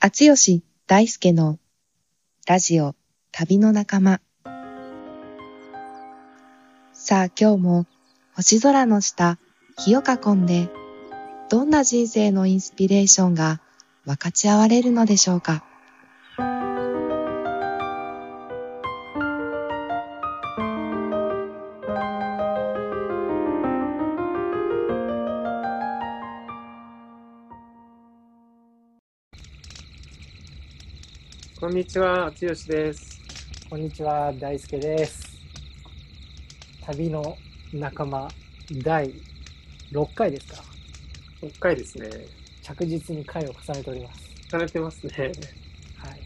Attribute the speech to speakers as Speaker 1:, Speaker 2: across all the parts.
Speaker 1: 厚吉大輔のラジオ旅の仲間さあ今日も星空の下火を囲んでどんな人生のインスピレーションが分かち合われるのでしょうか
Speaker 2: こんにちは、つよしです。
Speaker 3: こんにちは、大輔です。旅の仲間第6回ですか。
Speaker 2: 6回ですね。
Speaker 3: 着実に回を重ねております。
Speaker 2: されてますね。
Speaker 3: はい。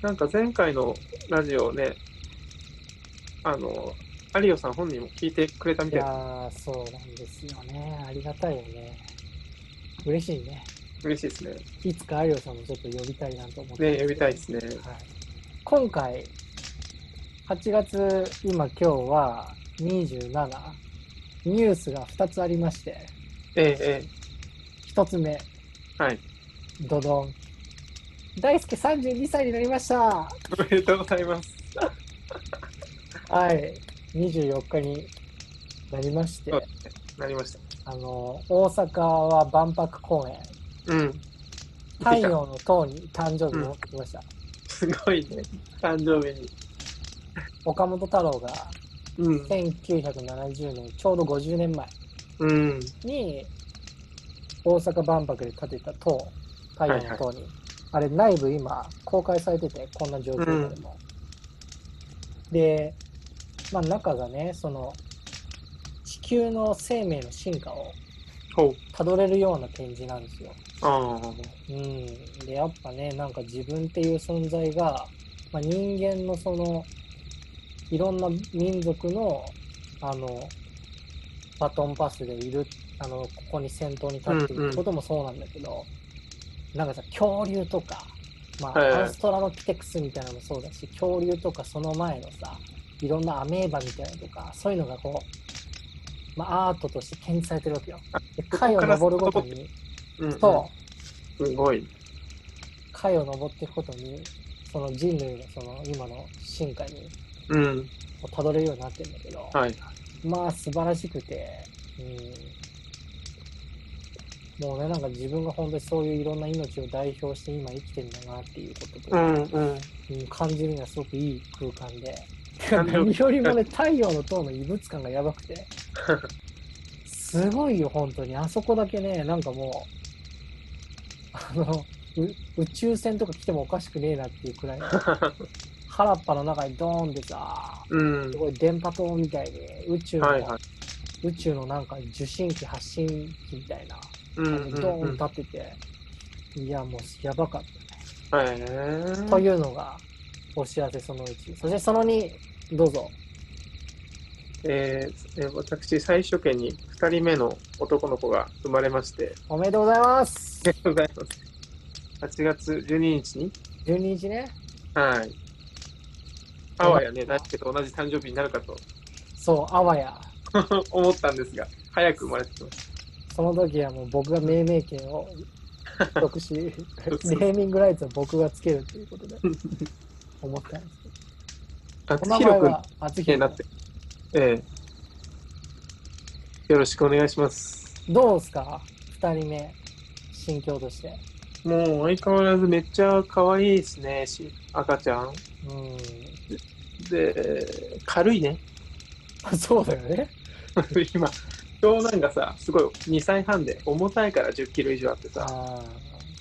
Speaker 2: なんか前回のラジオね、あの、有オさん本人も聞いてくれたみ
Speaker 3: い
Speaker 2: たい
Speaker 3: や
Speaker 2: な。
Speaker 3: ー、そうなんですよね。ありがたいよね。嬉しいね。
Speaker 2: 嬉しいですね。
Speaker 3: いつか有オさんもちょっと呼びたいなと思って。
Speaker 2: ね、呼びたいですね。
Speaker 3: はい。今回、8月、今今日は27、ニュースが2つありまして、
Speaker 2: ええ、え
Speaker 3: 1つ目、
Speaker 2: え。はい。
Speaker 3: ドドン。大輔32歳になりました。は
Speaker 2: おめでとうございます。
Speaker 3: い。24日になりまして
Speaker 2: そう、なりました。
Speaker 3: あの、大阪は万博公園、
Speaker 2: うん。
Speaker 3: 太陽の塔に誕生日を持ってきました。
Speaker 2: すごいね。誕生日に。
Speaker 3: 岡本太郎が
Speaker 2: うん。
Speaker 3: 1970年、ちょうど50年前
Speaker 2: うん。
Speaker 3: に、大阪万博で建てた塔、太陽の塔に、あれ内部今公開されてて、こんな状況下でも。で、まあ中がね、その、地球の生命の進化を
Speaker 2: ほう。
Speaker 3: たどれるような展示なんですよ。
Speaker 2: ああ。
Speaker 3: うん。で、やっぱね、なんか自分っていう存在が、まあ、人間のその、いろんな民族の、あの、バトンパスでいる、あの、ここに先頭に立ってい
Speaker 2: うんうん
Speaker 3: ることもそうなんだけど、なんかさ、恐竜とか、まあ、
Speaker 2: はいはい
Speaker 3: アウストラロピテクスみたいなのもそうだし、恐竜とかその前のさ、いろんなアメーバみたいなのとか、そういうのがこう、まあ、アートとして展示されてるわけよ。で、回を登るごとに、
Speaker 2: うん、うん。
Speaker 3: そう、
Speaker 2: すごい。
Speaker 3: 階を登っていくことに、その人類のその今の進化に
Speaker 2: うん。
Speaker 3: たどれるようになってるんだけど、
Speaker 2: はい。
Speaker 3: まあ素晴らしくて、うん、もうね、なんか自分が本当にそういういろんな命を代表して今生きてるんだなっていうこと
Speaker 2: う
Speaker 3: と、
Speaker 2: ん、うん。
Speaker 3: うん感じるにはすごくいい空間で、
Speaker 2: なんで
Speaker 3: 何よりもね、太陽の塔の異物感がやば くて、すごいよ、本当に。あそこだけね、なんかもう、あの、う宇宙船とか来てもおかしくねえなっていうくらいの、原っぱの中にドーンってさ、
Speaker 2: うん
Speaker 3: す。ごい電波塔みたいに、宇宙の、
Speaker 2: はいはい。
Speaker 3: 宇宙のなんか受信機、発信機みたいな、
Speaker 2: うん
Speaker 3: 感じでドーン
Speaker 2: うん。
Speaker 3: 立ってて、いや、もうやばかったね。
Speaker 2: へえ。
Speaker 3: というのが、お知らせその1。そしてその2、どうぞ。
Speaker 2: えーえー私、最初家に2人目の男の子が生まれまして、
Speaker 3: おめでとうございます
Speaker 2: ありがとうございます。8月12日に、
Speaker 3: 12日ね。
Speaker 2: はい。あわやね、大輔と同じ誕生日になるかと
Speaker 3: そう、あわや。
Speaker 2: 思ったんですが、早く生まれてきまし
Speaker 3: その時はもう僕が命名権 を取得し、ネ
Speaker 2: そう
Speaker 3: ーミングライツを僕がつけるということで、思ったんですけど。
Speaker 2: た。
Speaker 3: お
Speaker 2: 厚
Speaker 3: 名
Speaker 2: 弘
Speaker 3: 前
Speaker 2: 君
Speaker 3: は、あつ
Speaker 2: に
Speaker 3: ひ
Speaker 2: なって、ええよろしくお願いします。
Speaker 3: どうですか二人目、心境として。
Speaker 2: もう相変わらずめっちゃ可愛いですね、し赤ちゃん。
Speaker 3: うん
Speaker 2: で、軽いね。
Speaker 3: あ。そうだよね。
Speaker 2: 今、長男がさ、すごい2歳半で重たいから10キロ以上あってさ、
Speaker 3: あ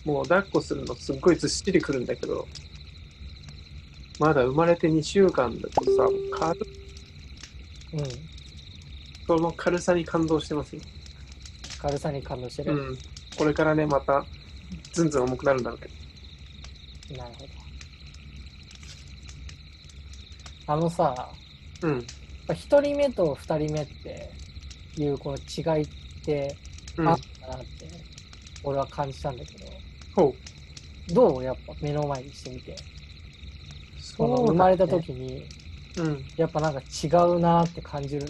Speaker 2: もう抱っこするのすっごいずっしりくるんだけど、まだ生まれて2週間だとさ、軽い
Speaker 3: ーうん。
Speaker 2: その軽さに感動してますよ。
Speaker 3: 軽さに感動して
Speaker 2: う
Speaker 3: る。
Speaker 2: ん。これからね、また、ずんずん重くなるんだろうけど。
Speaker 3: なるほど。あのさ、
Speaker 2: うん。
Speaker 3: やっぱ一人目と二人目っていうこの違いって
Speaker 2: うん
Speaker 3: あっ。たなって、俺は感じたんだけど、
Speaker 2: ほ
Speaker 3: どうやっぱ目の前にしてみて。
Speaker 2: う。そ
Speaker 3: この生まれた。時に、
Speaker 2: うん。
Speaker 3: やっぱなんか違うなって感じるの。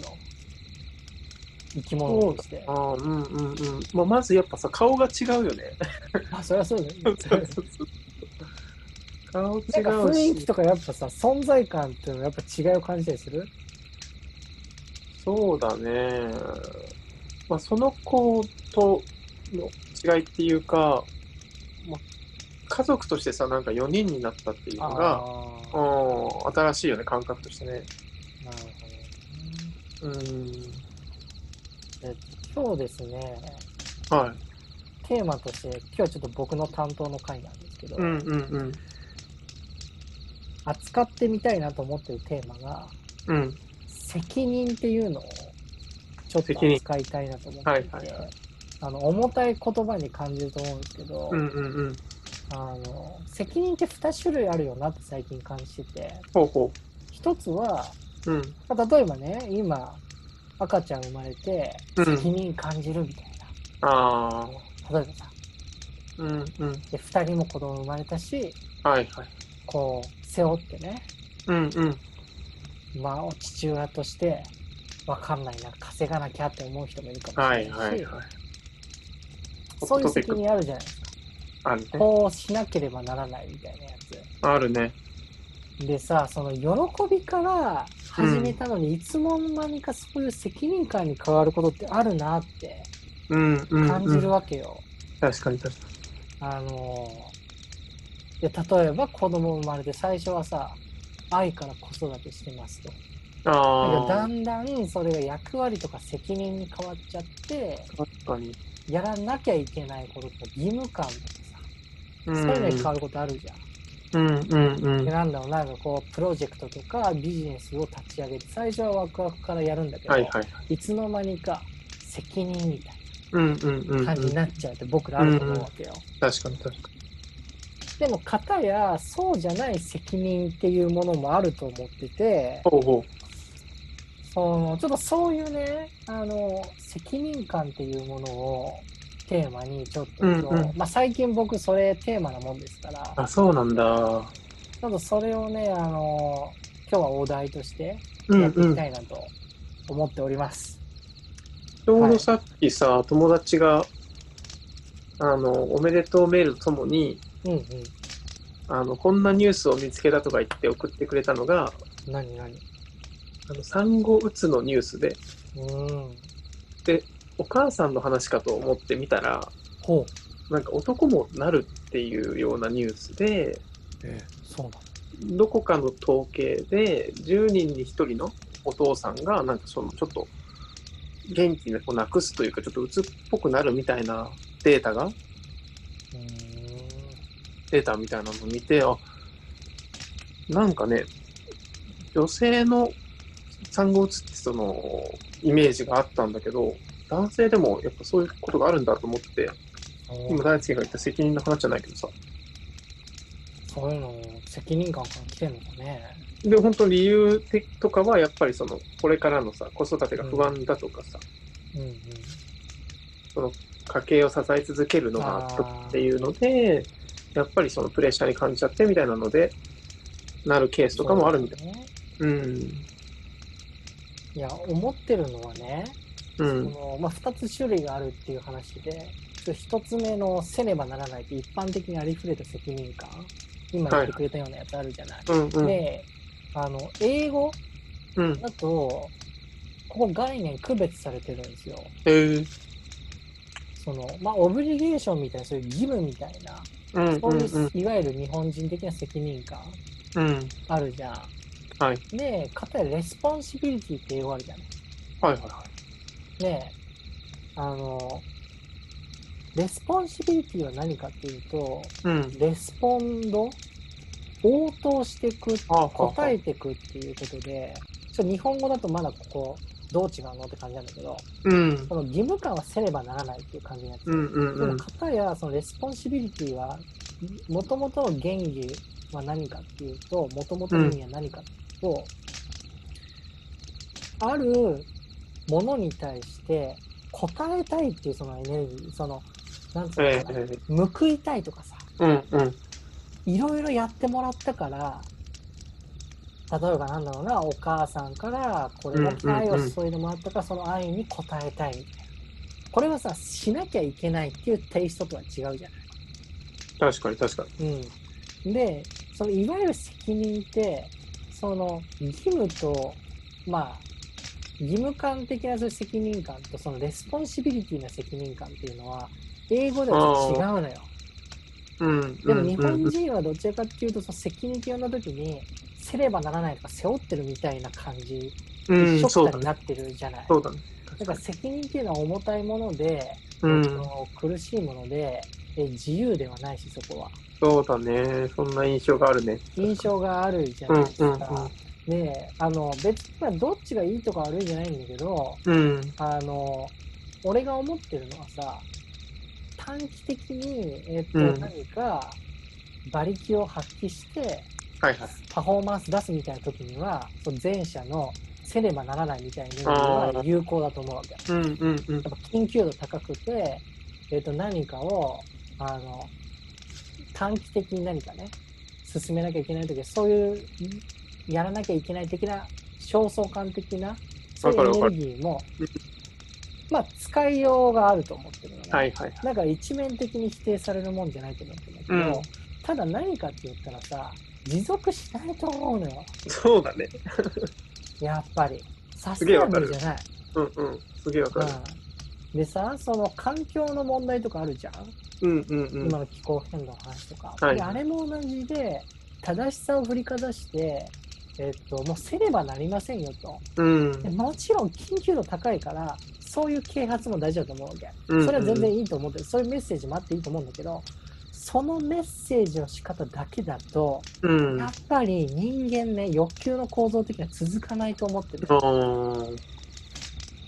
Speaker 3: 生き物として。
Speaker 2: ああ、うんうんうん。まあ、まずやっぱさ、顔が違うよね。
Speaker 3: あ、そりゃそうだよね。
Speaker 2: そうそうそう顔違うし。
Speaker 3: なんか雰囲気とかやっぱさ、存在感っていうのはやっぱ違いを感じたりする
Speaker 2: そうだね。まあ、その子との違いっていうか、まあ、家族としてさ、なんか4人になったっていうのが、
Speaker 3: あー
Speaker 2: うん、新しいよね、感覚としてね。
Speaker 3: なるほどね。
Speaker 2: うん。
Speaker 3: 今日ですね、
Speaker 2: はい。
Speaker 3: テーマとして、今日はちょっと僕の担当の回なんですけど、
Speaker 2: うんうんうん。
Speaker 3: 扱ってみたいなと思ってるテーマが、
Speaker 2: うん。
Speaker 3: 責任っていうのをちょっと
Speaker 2: 責任
Speaker 3: 扱いたいなと思っていて、
Speaker 2: はいはいはい
Speaker 3: あの重たい言葉に感じると思うんですけど、
Speaker 2: うんうんうん。
Speaker 3: あの責任って2種類あるよなって最近感じてて
Speaker 2: ほうほ
Speaker 3: 一つは、
Speaker 2: う。うん。
Speaker 3: まあ例えばね今赤ちゃん生まれて
Speaker 2: うん
Speaker 3: 責任感じるみたい
Speaker 2: ああ。
Speaker 3: な、例えばさ
Speaker 2: うんうん。
Speaker 3: で2人も子供生まれたし
Speaker 2: はいはい。
Speaker 3: こう背負ってね
Speaker 2: うんうん。
Speaker 3: まあ父親としてわかんないな稼がなきゃって思う人もいるかもし
Speaker 2: は
Speaker 3: れない
Speaker 2: い
Speaker 3: し、
Speaker 2: はいはい。
Speaker 3: そういう
Speaker 2: トピッ
Speaker 3: 責
Speaker 2: ク
Speaker 3: 任あるじゃないですか
Speaker 2: あるね。
Speaker 3: こうしなければならないみたいなや
Speaker 2: あるね。
Speaker 3: つ。でさ、その喜びから始めたのに、いつの間にかそういう責任感に変わることってあるなって
Speaker 2: うんうん、うん。
Speaker 3: 感じるわけよ。
Speaker 2: 確かに確か
Speaker 3: あのーで、例えば子供生まれて最初はさ、愛から子育てしてますと。
Speaker 2: に。あ
Speaker 3: だ
Speaker 2: あ。
Speaker 3: けどだんだんそれが役割とか責任に変わっちゃって、
Speaker 2: 確かに。
Speaker 3: やらなきゃいけないこととか義務感とかさ、
Speaker 2: う
Speaker 3: そ
Speaker 2: ん
Speaker 3: ういうのに変わることあるじゃん。
Speaker 2: うんうんうん
Speaker 3: で。なんだろうなんかこうプロジェクトとかビジネスを立ち上げて最初はワクワクからやるんだけど、
Speaker 2: はい
Speaker 3: い
Speaker 2: はい。
Speaker 3: つの間にか責任みたい
Speaker 2: うんうんうん、うん。
Speaker 3: な感じになっちゃうって僕らあると思うわけよ、
Speaker 2: 確かに確か
Speaker 3: でも方やそうじゃない責任っていうものもあると思ってて
Speaker 2: に。ほうほ
Speaker 3: そのちょっとそういうねあの責任感っていうものをテーマにちょっと今日、
Speaker 2: うんうん
Speaker 3: まあ、最近僕それテーマなもんですから
Speaker 2: う。あ、そうなんだ。
Speaker 3: ちょっとそれをねあの今日はお題として
Speaker 2: うん
Speaker 3: やって
Speaker 2: う
Speaker 3: い
Speaker 2: ん
Speaker 3: きた。いなと思っております。
Speaker 2: ちょうどさっきさ、友達が、あの、おめでとうメールとともに、
Speaker 3: うんうん。
Speaker 2: あの、こんなニュースを見つけたとか言って送ってくれたのが、
Speaker 3: 何何
Speaker 2: あの、産後うつのニュースで、
Speaker 3: うん。
Speaker 2: お母さんの話かと思ってみたら、
Speaker 3: ほう。
Speaker 2: なんか男もなるっていうようなニュースで、
Speaker 3: えそう
Speaker 2: どこかの統計で10人に1人のお父さんがなんかそのちょっと元気をなくすというかちょっと鬱っぽくなるみたいなデータが
Speaker 3: なの
Speaker 2: データみたいなのを見てあなんかね女性の産後鬱ってそのイメージがあったんだけど男性でもやっぱそういうことがあるんだと思って
Speaker 3: うーん。
Speaker 2: 今大輔が言った責任の話じゃないけどさ
Speaker 3: そういうの、責任感から来てんのかね。
Speaker 2: で本当理由てとかはやっぱりそのこれからのさ子育てが不安だとかさ、
Speaker 3: うんうん。
Speaker 2: 家計を支え続けるのがとっていうので、やっぱりそのプレッシャーに感じちゃってみたいなので、なるケースとかもあるみたい。
Speaker 3: いね。
Speaker 2: うん。
Speaker 3: いや、思ってるのはね、
Speaker 2: う
Speaker 3: そ
Speaker 2: ん。
Speaker 3: のまあ、2つ種類があるっていう話で、1つ目のせねばならないって一般的にありふれた責任感、今言ってくれたようなやつあるじゃない。
Speaker 2: うん。うん。
Speaker 3: で、あの、英語
Speaker 2: うん。
Speaker 3: だと、ここ概念区別されてるんですよ。
Speaker 2: えー。
Speaker 3: その、まあ、オブリゲーションみたいな、そういう義務みたいな、
Speaker 2: うん。う
Speaker 3: そうい
Speaker 2: ん。う、
Speaker 3: うんいわゆる日本人的な責任感
Speaker 2: うん。
Speaker 3: あるじゃん。
Speaker 2: はい。
Speaker 3: で、かたやレスポンシビリティって英語あるじゃん。
Speaker 2: はいはいは
Speaker 3: で、あの、レスポンシビリティは何かっていうと、
Speaker 2: い。うん。
Speaker 3: レスポンド、応答していく、
Speaker 2: ああ、
Speaker 3: 答
Speaker 2: え。
Speaker 3: えていくっていうことで、ちょっと日本語だとまだここ、どう違うのって感じなんだけど、
Speaker 2: うん。
Speaker 3: この義務感はせねばならないっていう感じのやつ。
Speaker 2: うん。う
Speaker 3: で
Speaker 2: ん。う
Speaker 3: も、
Speaker 2: ん。
Speaker 3: かたやそのレスポンシビリティは、もともとの原理は何かっていうと、もともとの意味は何かと、うとあるものに対して答えたいっていうそのエネルギー、その、なんつう
Speaker 2: え
Speaker 3: のかな、
Speaker 2: ー。
Speaker 3: 報いたいとかさ、
Speaker 2: うん。うん。
Speaker 3: いろいろやってもらったから、例えばなんだろうな、お母さんからこれだけ愛を注いでもらったから、その愛に応えたいみたいな。これはさ、しなきゃいけないっていうテイストとは違うじゃない
Speaker 2: 確かに確かに。
Speaker 3: うん、で、そのいわゆる責任って、その義務と、まあ、義務感的なそういう責任感と、そのレスポンシビリティな責任感っていうのは、英語ではちょっと違うのよ。
Speaker 2: うん。
Speaker 3: でも日
Speaker 2: うん
Speaker 3: 本人はどちらかっていうと、その責任って呼んだ時に、せればならないとか背負ってるみたいな感じ、
Speaker 2: うん、
Speaker 3: ショ
Speaker 2: そ
Speaker 3: ッ
Speaker 2: う
Speaker 3: ク
Speaker 2: だ
Speaker 3: にな
Speaker 2: ね。
Speaker 3: ってるじゃない。
Speaker 2: そうだね。
Speaker 3: だから責任っていうのは重たいもので、
Speaker 2: うん
Speaker 3: あ。の苦しいもので、え自由ではないし、そこは。
Speaker 2: そうだね。そんな印象があるね。
Speaker 3: 印象があるじゃ
Speaker 2: う
Speaker 3: なんいです
Speaker 2: うん
Speaker 3: か。で、あの、別にまあどっちがいいとか悪いじゃないんだけど、
Speaker 2: うん。うん。
Speaker 3: あの、俺が思ってるのはさ、短期的に、えっと、
Speaker 2: うん
Speaker 3: 何か、馬力を発揮して、
Speaker 2: はいはい。
Speaker 3: パフォーマンス出すみたいな時には、その前者のせねばならないみたいなのが有効だと思うわけ。
Speaker 2: うんうんうん
Speaker 3: やっ。ぱ緊急度高くて、えっと何かをあの短期的に何かね進めなきゃいけない時はそういうやらなきゃいけない的な焦燥感的なそうい
Speaker 2: わかる
Speaker 3: うエ
Speaker 2: わか
Speaker 3: ネルギーもまあ使いようがあると思ってるのね、
Speaker 2: はいはい。
Speaker 3: だから一面的に否定されるもんじゃないと思ってるんだけど、
Speaker 2: うん
Speaker 3: ただ何かって言ったらさ持続しないと思うのよ
Speaker 2: そうだね。
Speaker 3: やっぱりさす
Speaker 2: げえ
Speaker 3: が
Speaker 2: わかる
Speaker 3: にじゃない
Speaker 2: うんうん。すげえわかる。
Speaker 3: うん、でさその環境の問題とかあるじゃん、
Speaker 2: うんうんうん。
Speaker 3: 今の気候変動の話とか、
Speaker 2: はい
Speaker 3: であれも同じで正しさを振りかざして、えっと、もうせねばなりませんよと
Speaker 2: うん。
Speaker 3: でもちろん緊急度高いからそういう啓発も大事だと思うわけ
Speaker 2: うんうん
Speaker 3: それは全然いいと思ってるそういうメッセージもあっていいと思うんだけどそのメッセージの仕方だけだと、
Speaker 2: うん。
Speaker 3: や
Speaker 2: あ
Speaker 3: っぱり人間ね欲求の構造的には続かないと思ってる
Speaker 2: ー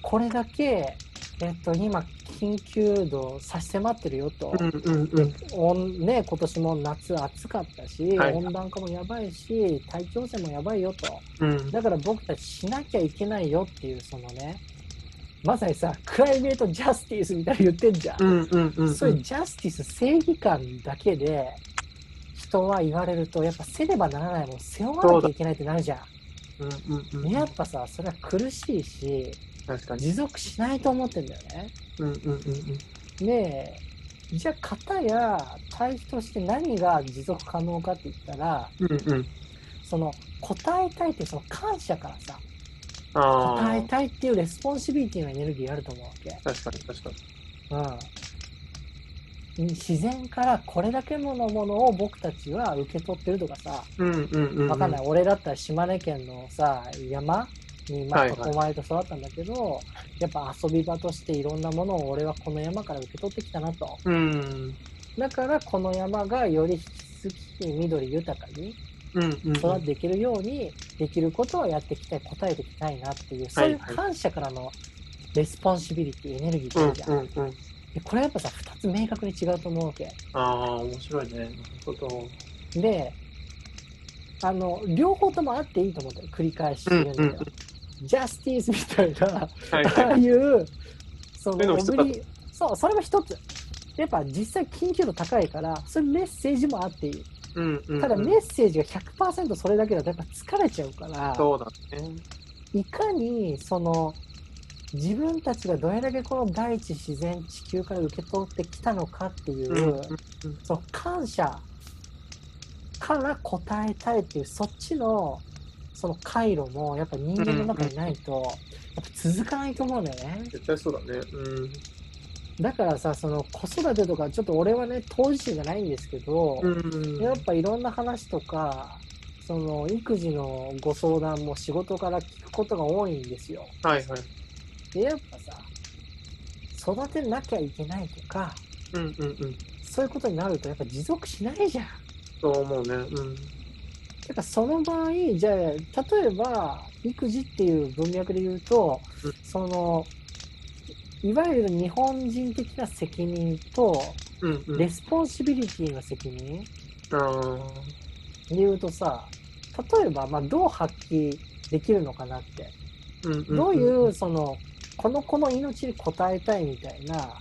Speaker 3: これだけ、えっと、今、緊急度差し迫ってるよと、
Speaker 2: うんうんうん。
Speaker 3: 温ね、今年も夏暑かったし、
Speaker 2: はい
Speaker 3: 温暖化もやばいし、大気汚染もやばいよと、
Speaker 2: うん。
Speaker 3: だから僕たちしなきゃいけないよっていう、そのね、まさにさ、クライメートジャスティスみたいなの言ってんじゃん。
Speaker 2: うんうんうん。
Speaker 3: そういうジャスティス、正義感だけで、人は言われると、やっぱせねばならないもん、背負わなきゃいけないってなるじゃ。
Speaker 2: うんうんうんん。
Speaker 3: やっぱさ、それは苦しいし、
Speaker 2: 確かに。
Speaker 3: 持続しないと思ってんだよね。
Speaker 2: うんうんうんうん。
Speaker 3: で、じゃあ、型や対比として何が持続可能かって言ったら、
Speaker 2: うんうん。
Speaker 3: その答えたいっていうその感謝からさ、
Speaker 2: あ
Speaker 3: 答え
Speaker 2: あ。
Speaker 3: たいっていうレスポンシビリティのエネルギーがあると思うわけ。
Speaker 2: 確かに確かに。
Speaker 3: うん。自然からこれだけのものを僕たちは受け取ってるとかさ、
Speaker 2: うんうんうんうん。
Speaker 3: わかんない。俺だったら島根県のさ、山にまあ
Speaker 2: はいはい
Speaker 3: 囲まれて育ったんだけど、やっぱ遊び場としていろんなものを俺はこの山から受け取ってきたなと。
Speaker 2: うん。
Speaker 3: だからこの山がより引き続き緑豊かに
Speaker 2: うんうんうん。
Speaker 3: 育っていけるようにできることをやっていきたい答えていきたいなっていうそういう感謝からのレスポンシビリティエネルギーって
Speaker 2: う
Speaker 3: あ
Speaker 2: ん
Speaker 3: るじゃ
Speaker 2: う
Speaker 3: ん、
Speaker 2: んうん。
Speaker 3: でこれやっぱさ2つ明確に違うと思うわけ
Speaker 2: ああ、面白いね。なるほど。
Speaker 3: であの両方ともあっていいと思って繰り返し言うんだけど、
Speaker 2: うんうん
Speaker 3: ジャスティスみたいな
Speaker 2: はい
Speaker 3: ああ いう、そ
Speaker 2: そういうの
Speaker 3: の、
Speaker 2: も一つ
Speaker 3: おぶりそう、それも一つ。やっぱ実際緊急度高いから、そういうメッセージもあっていい。
Speaker 2: うんうんうん。
Speaker 3: ただメッセージが100%それだけだとやっぱ疲れちゃうから、
Speaker 2: そうだね。
Speaker 3: いかに、その、自分たちがどれだけこの大地、自然、地球から受け取ってきたのかっていう、その感謝から答えたいっていう、そっちの、その回路も、やっぱ人間の中にないと、やっぱ続かないと思うんだよね。
Speaker 2: 絶対そうだね。うん。
Speaker 3: だからさ、その子育てとか、ちょっと俺はね、当事者じゃないんですけど、
Speaker 2: うん
Speaker 3: やっぱいろんな話とか、その育児のご相談も仕事から聞くことが多いんですよ。
Speaker 2: はいはい。
Speaker 3: で、やっぱさ、育てなきゃいけないとか、
Speaker 2: うんうんうん。
Speaker 3: そういうことになるとやっぱ持続しないじゃん。
Speaker 2: そう思うね。うん。
Speaker 3: だからその場合、じゃあ、例えば、育児っていう文脈で言うと
Speaker 2: うん、
Speaker 3: その、いわゆる日本人的な責任と、
Speaker 2: うんうん。
Speaker 3: レスポンシビリティの責任
Speaker 2: あー
Speaker 3: で言うとさ、例えば、まあ、どう発揮できるのかなって。
Speaker 2: うんうんうん。
Speaker 3: どういう、その、この子の命に応えたいみたいな、
Speaker 2: あ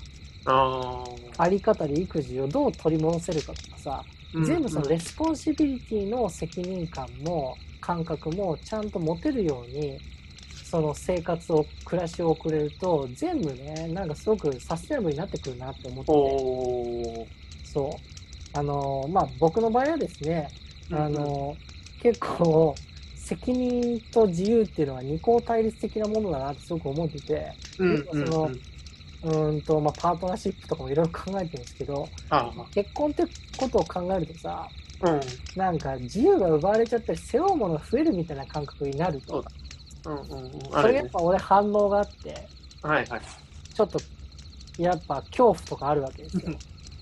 Speaker 2: あ。
Speaker 3: あり方で育児をどう取り戻せるかとかさ、全部そのレスポンシビリティの責任感も感覚もちゃんと持てるようにその生活を暮らしを送れると全部ねなんかすごくサステナブルになってくるなって思って
Speaker 2: おおー。
Speaker 3: そうあの、まあ、僕の場合はですね、あの、結構、責任と自由っていうのは二項対立的なものだなってすごく思ってて、
Speaker 2: うん
Speaker 3: そ
Speaker 2: うん
Speaker 3: の
Speaker 2: うん、
Speaker 3: うーんと、まあ、パートナーシップとかもいろいろ考えてるんですけど、
Speaker 2: あ
Speaker 3: 結婚ってことを考えるとさ、
Speaker 2: あ、うん、
Speaker 3: なんか自由が奪われちゃったり、背負うものが増えるみたいな感覚になる
Speaker 2: そう
Speaker 3: と、
Speaker 2: だうん、うんうん、あ
Speaker 3: それ
Speaker 2: れ
Speaker 3: やっ
Speaker 2: ね。
Speaker 3: ぱ俺反応があって、
Speaker 2: はいはい。
Speaker 3: ちょっと、やっぱ恐怖とかあるわけですよ。
Speaker 2: わ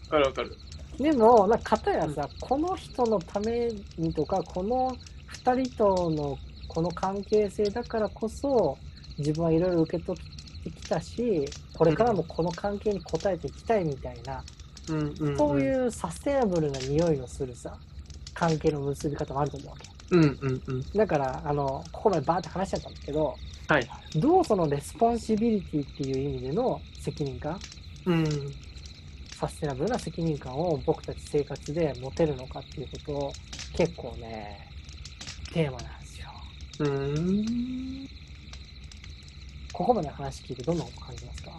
Speaker 2: かるわかる。
Speaker 3: でも、なんか、片やさ、この人のためにとか、この二人とのこの関係性だからこそ、自分はいろいろ受け取ってきたし、これからもこの関係に応えていきたいみたいな、
Speaker 2: うんうん、うん。
Speaker 3: そういうサステナブルな匂いのするさ、関係の結び方もあると思うわけ。
Speaker 2: うん、うん、うん。
Speaker 3: だから、あの、ここまでバーって話しちゃったんだけど、
Speaker 2: はい。
Speaker 3: どうそのレスポンシビリティっていう意味での責任感、
Speaker 2: うん。
Speaker 3: サステナブルな責任感を僕たち生活で持てるのかっていうことを結構ね、テーマなんですよ。
Speaker 2: うーん。
Speaker 3: ここまで話聞いてどんなこと感じますか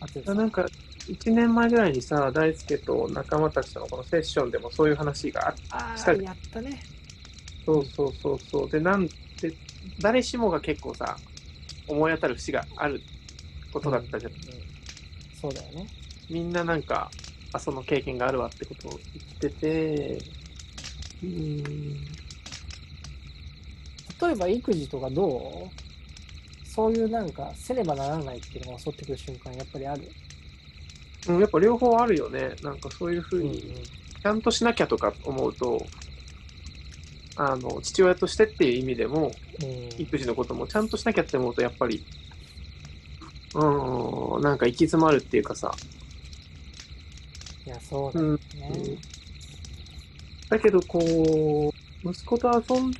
Speaker 3: あつ
Speaker 2: なんか、1年前ぐらいにさ、大輔と仲間たちとのこのセッションでもそういう話があって、
Speaker 3: あ
Speaker 2: し
Speaker 3: あ、
Speaker 2: たり
Speaker 3: やったね。
Speaker 2: そうそうそうそう。で、なんて、誰しもが結構さ、思い当たる節があることだったじゃん。
Speaker 3: うんそうだよね。
Speaker 2: みんななんか、あ、その経験があるわってことを言ってて、うーん。
Speaker 3: 例えば育児とかどうそういうなんか、せねばならないっていうのが襲ってくる瞬間やっぱりある。
Speaker 2: うん、やっぱ両方あるよね。なんかそういうふうに、ちゃんとしなきゃとか思うと、あの、父親としてっていう意味でも、
Speaker 3: うん
Speaker 2: 育児のこともちゃんとしなきゃって思うと、やっぱり、うーん、なんか行き詰まるっていうかさ、
Speaker 3: いや、そうだ
Speaker 2: う
Speaker 3: よ
Speaker 2: ん、
Speaker 3: ね。
Speaker 2: だけど、こう、息子と遊ん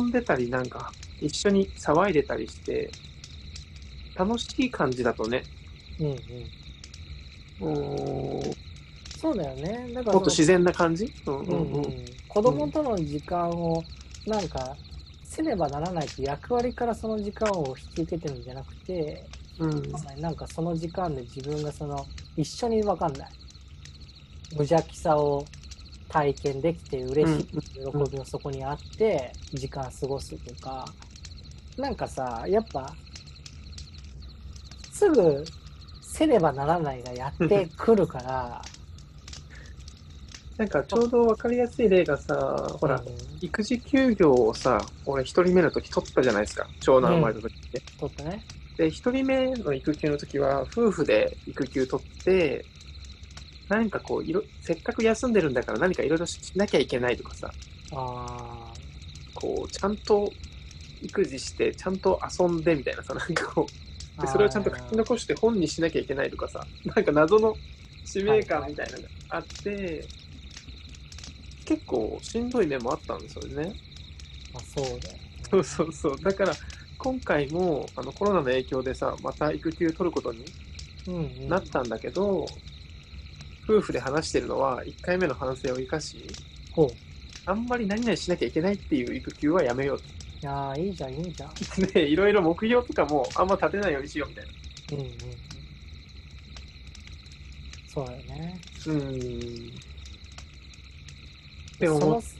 Speaker 2: 遊んでたり、なんか、一緒に騒いでたりして、楽しい感じだとね、
Speaker 3: うん、うん、
Speaker 2: うーん
Speaker 3: そうだよね。だからその、
Speaker 2: もっと自然な感じ、うんう
Speaker 3: うんん
Speaker 2: う、
Speaker 3: うんん子供との時間をなんかせねばならないって役割からその時間を引き受けてるんじゃなくて、
Speaker 2: うん
Speaker 3: ま、さになんかその時間で自分がその一緒にわかんない無邪気さを体験できて嬉しい
Speaker 2: うん
Speaker 3: 喜びをそこにあって時間過ごすとかなんかさやっぱすぐせねばならないがやってくるから、
Speaker 2: なんかちょうど分かりやすい例がさ、 ほら
Speaker 3: う、ん
Speaker 2: 育児休業をさ、俺一人目の時取ったじゃないですか、長男生まれた時って。
Speaker 3: とってね
Speaker 2: で、一人目の育休の時は、夫婦で育休取って、なんかこういろ、せっかく休んでるんだから何かいろいろしなきゃいけないとかさ、
Speaker 3: あー
Speaker 2: こう、ちゃんと育児して、ちゃんと遊んでみたいなさ、なんかこう、でそれをちゃんと書き残して本にしなきゃいけないとかさ、なんか謎の使命感みたいなのがあって、結構しんどい面もあったんですよね。
Speaker 3: まあ、そうだよね。
Speaker 2: そうそうそう。だから、今回もあのコロナの影響でさ、また育休取ることに
Speaker 3: うんうん、
Speaker 2: なったんだけど、夫婦で話してるのは1回目の反省を生かし、
Speaker 3: ほう。
Speaker 2: あんまり何々しなきゃいけないっていう育休はやめよう
Speaker 3: いやーいいじゃん、いいじゃん。
Speaker 2: って、 ね、いろいろ目標とかもあんま立てないようにしようみたいな。
Speaker 3: うんうんうん。そうだよね。
Speaker 2: うん。って
Speaker 3: そ
Speaker 2: 思っ
Speaker 3: の、そ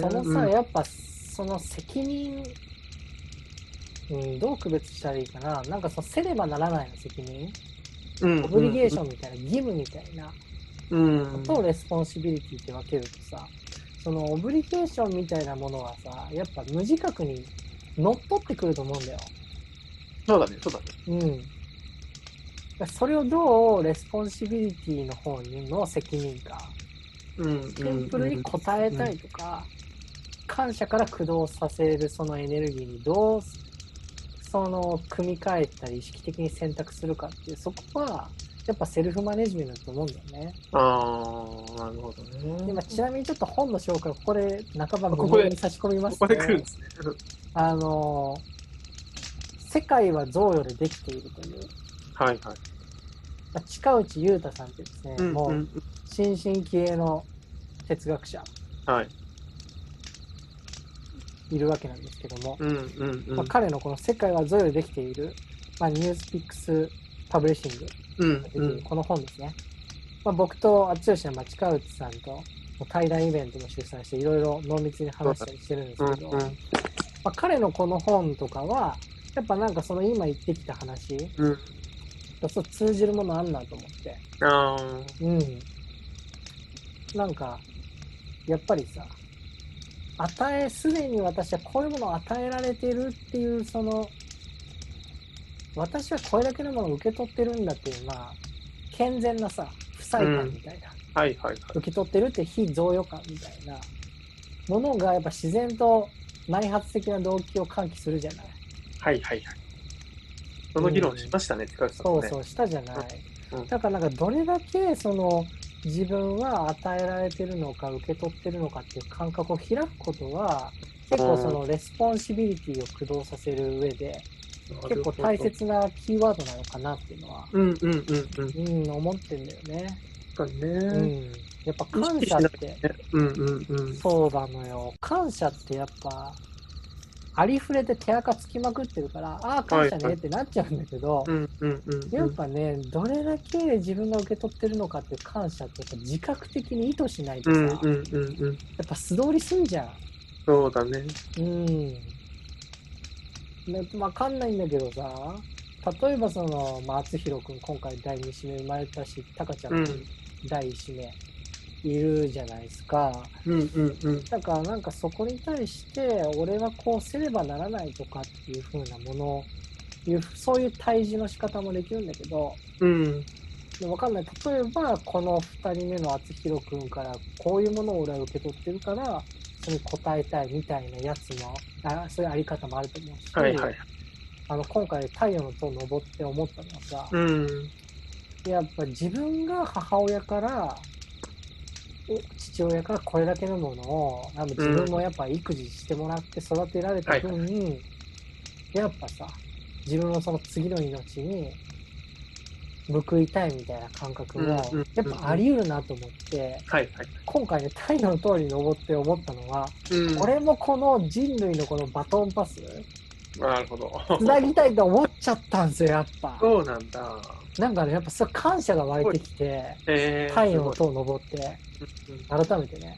Speaker 3: のさ、
Speaker 2: うん
Speaker 3: やっぱ、その責任、うん、どう区別したらいいかな。なんかその、せねばならないの責任、
Speaker 2: うん
Speaker 3: オブリゲーションみたいな、義務みたいな、
Speaker 2: うん。
Speaker 3: とレスポンシビリティって分けるとさ、その、オブリゲーションみたいなものはさ、やっぱ無自覚に乗っ取ってくると思うんだよ。
Speaker 2: そうだね、そうだね。
Speaker 3: うん。それをどうレスポンシビリティの方にの責任感、
Speaker 2: うん。
Speaker 3: シンプルに応えたいとか、感謝から駆動させるそのエネルギーにどう、その、組み替えたり意識的に選択するかっていう、そこは、やっぱセルフマネジメントだと思うんだよね。
Speaker 2: あー、なるほどね。
Speaker 3: 今、ちなみにちょっと本の紹介をここで半ば
Speaker 2: ここで
Speaker 3: 無限に差し込みま
Speaker 2: こ
Speaker 3: す
Speaker 2: こ
Speaker 3: と
Speaker 2: で来るんですね。
Speaker 3: あの、世界は贈与でできているという、
Speaker 2: はいはい。
Speaker 3: まあ近内裕太さんっていうですね、
Speaker 2: うん
Speaker 3: も
Speaker 2: う
Speaker 3: う、
Speaker 2: ん
Speaker 3: 新進気鋭の哲学者
Speaker 2: はい。
Speaker 3: いるわけなんですけども、
Speaker 2: うんうんうん
Speaker 3: まあ、彼のこの「世界はゾヨできている」まあ、ニュースピックスパブリッシング
Speaker 2: うん
Speaker 3: と
Speaker 2: う
Speaker 3: いうんこの本ですね、まあ、僕とあっちよしのまあ近内さんと対談イベントも主催していろいろ濃密に話したりしてるんですけど、
Speaker 2: うんう
Speaker 3: ま
Speaker 2: ん
Speaker 3: あ、彼のこの本とかはやっぱなんかその今言ってきた話
Speaker 2: うん
Speaker 3: とそう通じるものあんなと思って
Speaker 2: あー
Speaker 3: うんなんかやっぱりさ与えすでに私はこういうものを与えられてるっていうその私はこれだけのものを受け取ってるんだっていうまあ健全なさ不細感みたいな、
Speaker 2: はいはいはい。
Speaker 3: 受け取ってるって非贈与感みたいなものがやっぱ自然と内発的な動機を喚起するじゃない。
Speaker 2: はいはいはい。その議論しましたね、って書いてた
Speaker 3: そ
Speaker 2: もん
Speaker 3: う
Speaker 2: ね。
Speaker 3: そうしたじゃない。
Speaker 2: うん
Speaker 3: だからなんかどれだけその自分は与えられてるのか受け取ってるのかっていう感覚を開くことは結構そのレスポンシビリティを駆動させる上で
Speaker 2: なる
Speaker 3: 結
Speaker 2: ほ
Speaker 3: 構
Speaker 2: ど
Speaker 3: 大。切なキーワードなのかなっていうのは、
Speaker 2: うんうんうんうん。
Speaker 3: うん、思ってんだよね。
Speaker 2: 確かに
Speaker 3: う
Speaker 2: ね。
Speaker 3: ん。やっぱ感謝って。
Speaker 2: うんうんうん。
Speaker 3: そうなのよ。感謝ってやっぱ、ありふれて手垢つきまくってるから、ああ、感謝
Speaker 2: は
Speaker 3: ね
Speaker 2: い
Speaker 3: ってなっちゃうんだけど、
Speaker 2: うんうんうん。
Speaker 3: やっぱね、どれだけ自分が受け取ってるのかっていう感謝ってやっぱ自覚的に意図しないと
Speaker 2: う
Speaker 3: さ、
Speaker 2: んう
Speaker 3: やっ
Speaker 2: んうんうん。
Speaker 3: ぱ素通りすんじゃん。
Speaker 2: そうだね。
Speaker 3: うん。ね、わかんないんだけどさ、例えばその、まあ、厚弘くん今回第2子目生まれたし、タカちゃん
Speaker 2: うん
Speaker 3: も第1子目いるじゃないですか。
Speaker 2: うんうんうん。
Speaker 3: だからなんかそこに対して俺はこうせねばならないとかっていう風なものいうそういう対峙の仕方もできるんだけど
Speaker 2: うん
Speaker 3: でわかんない例えばこの2人目の厚弘くんからこういうものを俺は受け取ってるからそれに応えたいみたいなやつもあそういうあり方もあると思うし、
Speaker 2: はいはい。
Speaker 3: あの今回「太陽の塔」登って思ったのはさ、
Speaker 2: うん
Speaker 3: やっぱ自分が母親からお父親からこれだけのものをあの自分もやっぱ育児してもらって育てられた分、やっぱさ自分のその次の命に報いたいみたいな感覚も
Speaker 2: うんうん
Speaker 3: やっぱあり得るなと思って
Speaker 2: はいはい。
Speaker 3: 今回ね太陽の通りに登って思ったのは、
Speaker 2: うん。
Speaker 3: 俺もこの人類のこのバトンパス
Speaker 2: なるほど。
Speaker 3: つなぎたいと思っちゃったんですよやっぱ。
Speaker 2: そうなんだ。
Speaker 3: なんかねやっぱそれ感謝が湧いてきて。
Speaker 2: えー、
Speaker 3: 太陽の塔を登って、
Speaker 2: すごい
Speaker 3: 改めてね、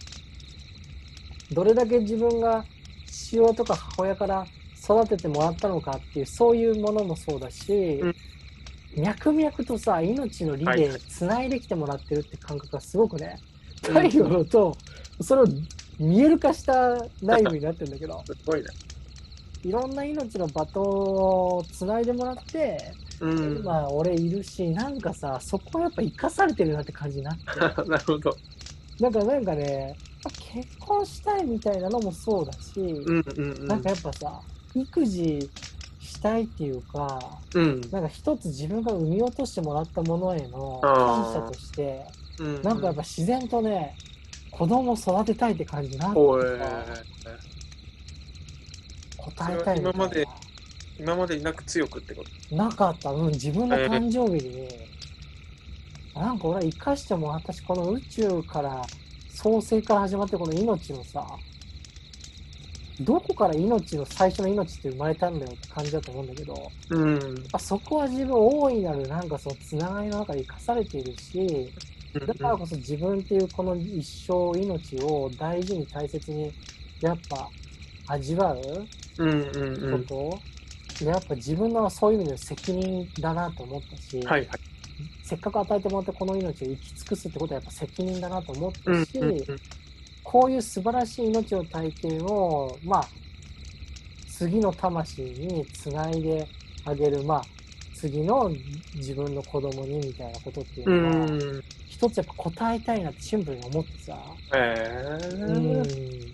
Speaker 3: どれだけ自分が父親とか母親から育ててもらったのかっていう、そういうものもそうだし、
Speaker 2: うん
Speaker 3: 脈々とさ、命のリレ
Speaker 2: は
Speaker 3: ー
Speaker 2: い
Speaker 3: つないできてもらってるって感覚がすごくね、
Speaker 2: うん
Speaker 3: 太陽の塔、それを見える化した内部になってるんだけど、
Speaker 2: うんすごいな。
Speaker 3: いろんな命のバトンをつないでもらって、
Speaker 2: うん。
Speaker 3: 今俺いるし、なんかさ、そこはやっぱ生かされてるなって感じになって。
Speaker 2: なるほど。
Speaker 3: なんかなんかね、結婚したいみたいなのもそうだし、
Speaker 2: うんうんうん。
Speaker 3: なんかやっぱさ、育児したいっていうか、
Speaker 2: うん。
Speaker 3: なんか一つ自分が産み落としてもらったものへの
Speaker 2: あ
Speaker 3: 感
Speaker 2: ー
Speaker 3: 謝として、
Speaker 2: うん
Speaker 3: なんかやっぱ自然とね、子供を育てたいって感じになって
Speaker 2: おい
Speaker 3: 答えたいみたいな
Speaker 2: 今まで今までになく強くってこと
Speaker 3: なかった、うん、自分の誕生日に、なんか俺は生かしてもらったし、この宇宙から、創生から始まってこの命のさ、どこから命の、最初の命って生まれたんだよって感じだと思うんだけど、
Speaker 2: うん。
Speaker 3: あそこは自分大いなるなんかそのつながりの中で生かされているし、だからこそ自分っていうこの一生命を大事に大切に、やっぱ味わう
Speaker 2: うんうんうん。はい
Speaker 3: こと、やっぱ自分のそういう意味での責任だなと思ったし、
Speaker 2: はい。
Speaker 3: せっかく与えてもらってこの命を生き尽くすってことはやっぱ責任だなと思っ
Speaker 2: うん
Speaker 3: たし、
Speaker 2: うんうん。
Speaker 3: こういう素晴らしい命の体験を、まあ、次の魂につないであげる、まあ、次の自分の子供にみたいなことっていううのは、
Speaker 2: ん。
Speaker 3: 一つやっぱ答えたいなってシンプルに思ってさ、
Speaker 2: え
Speaker 3: うん
Speaker 2: ー。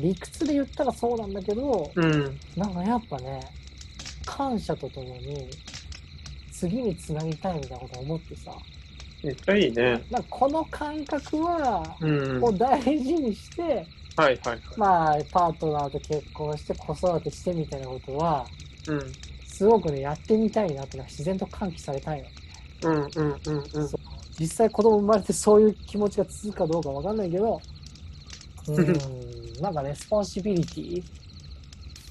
Speaker 3: 理屈で言ったらそうなんだけど、
Speaker 2: うん。
Speaker 3: なんかやっぱね、感謝とともに、次につなぎたいみたいなことを思ってさ、
Speaker 2: めっちゃいいね。
Speaker 3: なんかこの感覚は、
Speaker 2: うん。は
Speaker 3: を大事にして、
Speaker 2: いはいはい。
Speaker 3: まあ、パートナーと結婚して、子育てしてみたいなことは、
Speaker 2: うん。
Speaker 3: すごくね、やってみたいなってのは自然と喚起されたいの。
Speaker 2: うんうんうんうん
Speaker 3: そ。実際子供生まれてそういう気持ちが続くかどうかわかんないけ ど、うん、なんかレスポンシビリティ、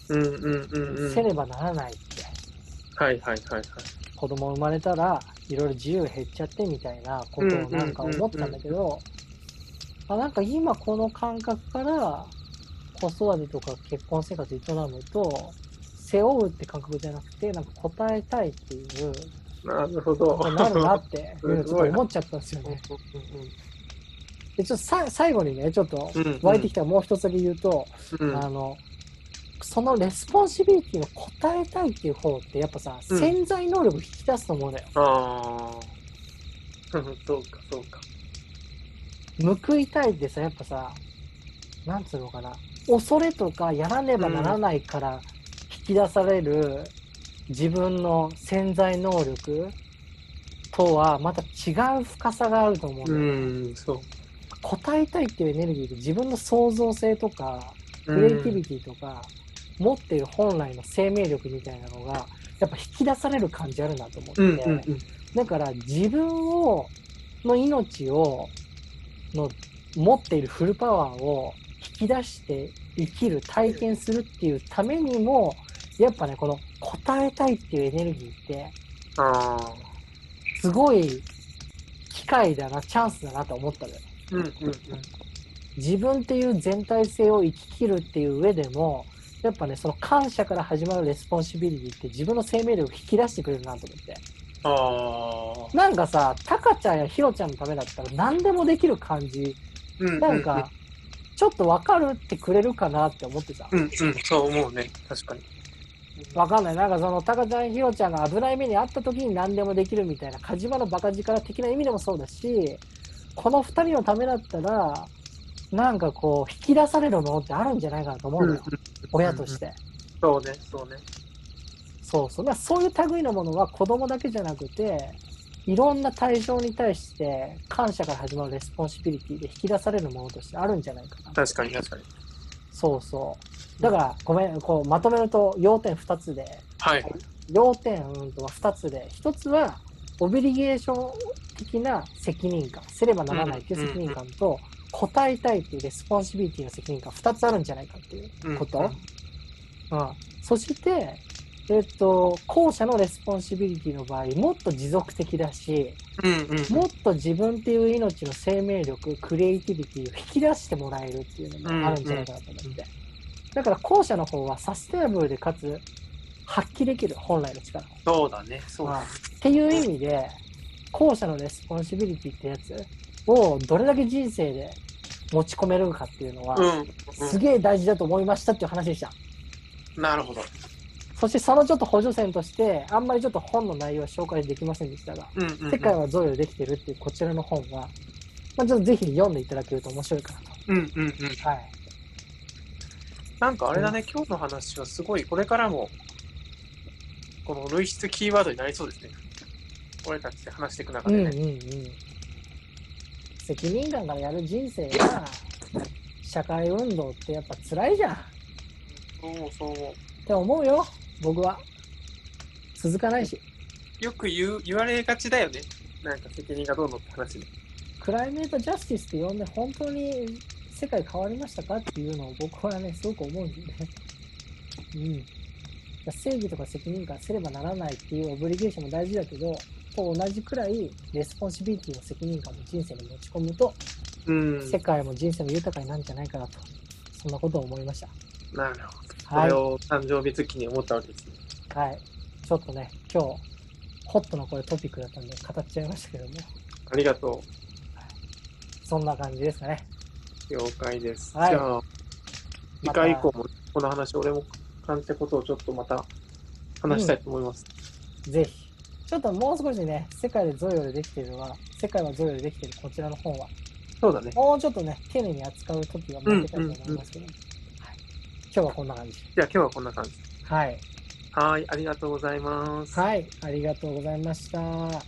Speaker 2: うんうんうんうん。
Speaker 3: せねばならないって、
Speaker 2: はいはいはいはい。
Speaker 3: 子供生まれたら、いろいろ自由減っちゃってみたいなことをなんか思ったんだけど、あなんか今この感覚から子育てとか結婚生活営むと、背負うって感覚じゃなくて、なんか答えたいっていう、
Speaker 2: なるほど。
Speaker 3: なるなって、ち
Speaker 2: すご
Speaker 3: ょ
Speaker 2: い
Speaker 3: っと思っちゃったんですよね。で、ちょっとさ最後にね、ちょっと
Speaker 2: うんうん
Speaker 3: 湧いてきたもう一つだけ言うと、
Speaker 2: うん
Speaker 3: あの、そのレスポンシビリティの答えたいっていう方って、やっぱさ、
Speaker 2: うん
Speaker 3: 潜在能力引き出すと思うんだよ。
Speaker 2: ああ。うんそうか、そうか。
Speaker 3: 報いたいってさ、やっぱさ、なんつうのかな、恐れとかやらねばならないから引き出される自分の潜在能力とはまた違う深さがあると思う
Speaker 2: う
Speaker 3: のよ、
Speaker 2: ん、そう。
Speaker 3: 答えたいっていうエネルギーで自分の創造性とか、クリエイティビティとか、持ってる本来の生命力みたいなのが、やっぱ引き出される感じあるなと思って、
Speaker 2: うんうんうん
Speaker 3: だから自分を、の命を、の持っているフルパワーを引き出して生きる、体験するっていうためにも、やっぱね、この答えたいっていうエネルギーって、
Speaker 2: ああ。
Speaker 3: すごい機会だな、チャンスだなと思ったのよ。
Speaker 2: うんうんうん。
Speaker 3: 自分っていう全体性を生き切るっていう上でも、やっぱね、その感謝から始まるレスポンシビリティって自分の生命力を引き出してくれるなと思って。
Speaker 2: ああ。
Speaker 3: なんかさ、タカちゃんやヒロちゃんのためだったら何でもできる感じ、
Speaker 2: うう
Speaker 3: なんか、ちょっとわかるってくれるかなって思ってた
Speaker 2: う。んうん、そう思うね。確かに。。
Speaker 3: わかんない。なんかその、タカちゃん、ヒロちゃんが危ない目にあった時に何でもできるみたいな、カジマのバカ力的な意味でもそうだし、この二人のためだったら、なんかこう、引き出されるものってあるんじゃないかなと思うのよ。親としてて。
Speaker 2: そうね、そうね。
Speaker 3: そうそう。だからそういう類のものは子供だけじゃなくて、いろんな対象に対して感謝から始まるレスポンシビリティで引き出されるものとしてあるんじゃないかな。
Speaker 2: 確かに、確かに。
Speaker 3: そうそう。だから、ごめん、こう、まとめると、要点2つで、
Speaker 2: はい。
Speaker 3: 要点うんとは2つで、1つは、オビリゲーション的な責任感、せればならないという責任感と、答えたいというレスポンシビリティの責任感、2つあるんじゃないかっていうこと。
Speaker 2: うん
Speaker 3: うん、そして、えっと、後者のレスポンシビリティの場合、もっと持続的だし、
Speaker 2: うんうん。
Speaker 3: もっと自分っていう命の生命力、クリエイティビティを引き出してもらえるっていうのもあるんじゃないかなと思って。だから後者の方はサステナブルでかつ発揮できる、本来の力を。
Speaker 2: そうだね、そう
Speaker 3: まあ
Speaker 2: だ。
Speaker 3: っていう意味で、後者のレスポンシビリティってやつをどれだけ人生で持ち込めるかっていうのは、
Speaker 2: うん。うん
Speaker 3: すげえ大事だと思いましたっていう話でした。
Speaker 2: なるほど。
Speaker 3: そしてそのちょっと補助線として、あんまりちょっと本の内容は紹介できませんでしたが、
Speaker 2: うんうん。
Speaker 3: 世界は贈与できてるっていうこちらの本は、まあ、ちょっとぜひ読んでいただけると面白いかなと。
Speaker 2: うんうんうん。
Speaker 3: はい。
Speaker 2: なんかあれだね、今日の話はすごい、これからも、この類出キーワードになりそうですね。俺たちで話していく中
Speaker 3: う
Speaker 2: で
Speaker 3: んうん
Speaker 2: ね。
Speaker 3: うん。責任感からやる人生が、社会運動ってやっぱ辛いじゃんっ
Speaker 2: そう思うそう思
Speaker 3: て思うよ、僕は。続かないし。
Speaker 2: う。よく言う、言われがちだよね。なんか責任がどうのって話で。
Speaker 3: クライメートジャスティスって呼んで本当に世界変わりましたかっていうのを僕はね、すごく思うんでね。うん。正義とか責任感せればならないっていうオブリゲーションも大事だけど、と同じくらいレスポンシビリティの責任感も人生に持ち込むと、
Speaker 2: うん
Speaker 3: 世界も人生も豊かになるんじゃないかなと、そんなことを思いました。
Speaker 2: なるほど。こ
Speaker 3: はい
Speaker 2: れを誕生日月に思ったわけですね。
Speaker 3: はい。ちょっとね、今日、ホットなこれトピックだったんで語っちゃいましたけども、
Speaker 2: ありがと
Speaker 3: そんな感じですかね。
Speaker 2: う。了解です。
Speaker 3: はい
Speaker 2: じゃあ、次
Speaker 3: また
Speaker 2: 回以降もこの話、俺も感じたことをちょっとまた話したいと思います。
Speaker 3: ぜひ。ちょっともう少しね、世界で贈与でできているのは、世界は贈与でできているこちらの本は、
Speaker 2: そうだね。
Speaker 3: もうちょっとね、丁寧に扱う時は設けたいと思いますけど、はい、今日はこんな感じ。
Speaker 2: じゃあ今日はこんな感じ。
Speaker 3: はい。
Speaker 2: はい、ありがとうございます。
Speaker 3: はい、ありがとうございました。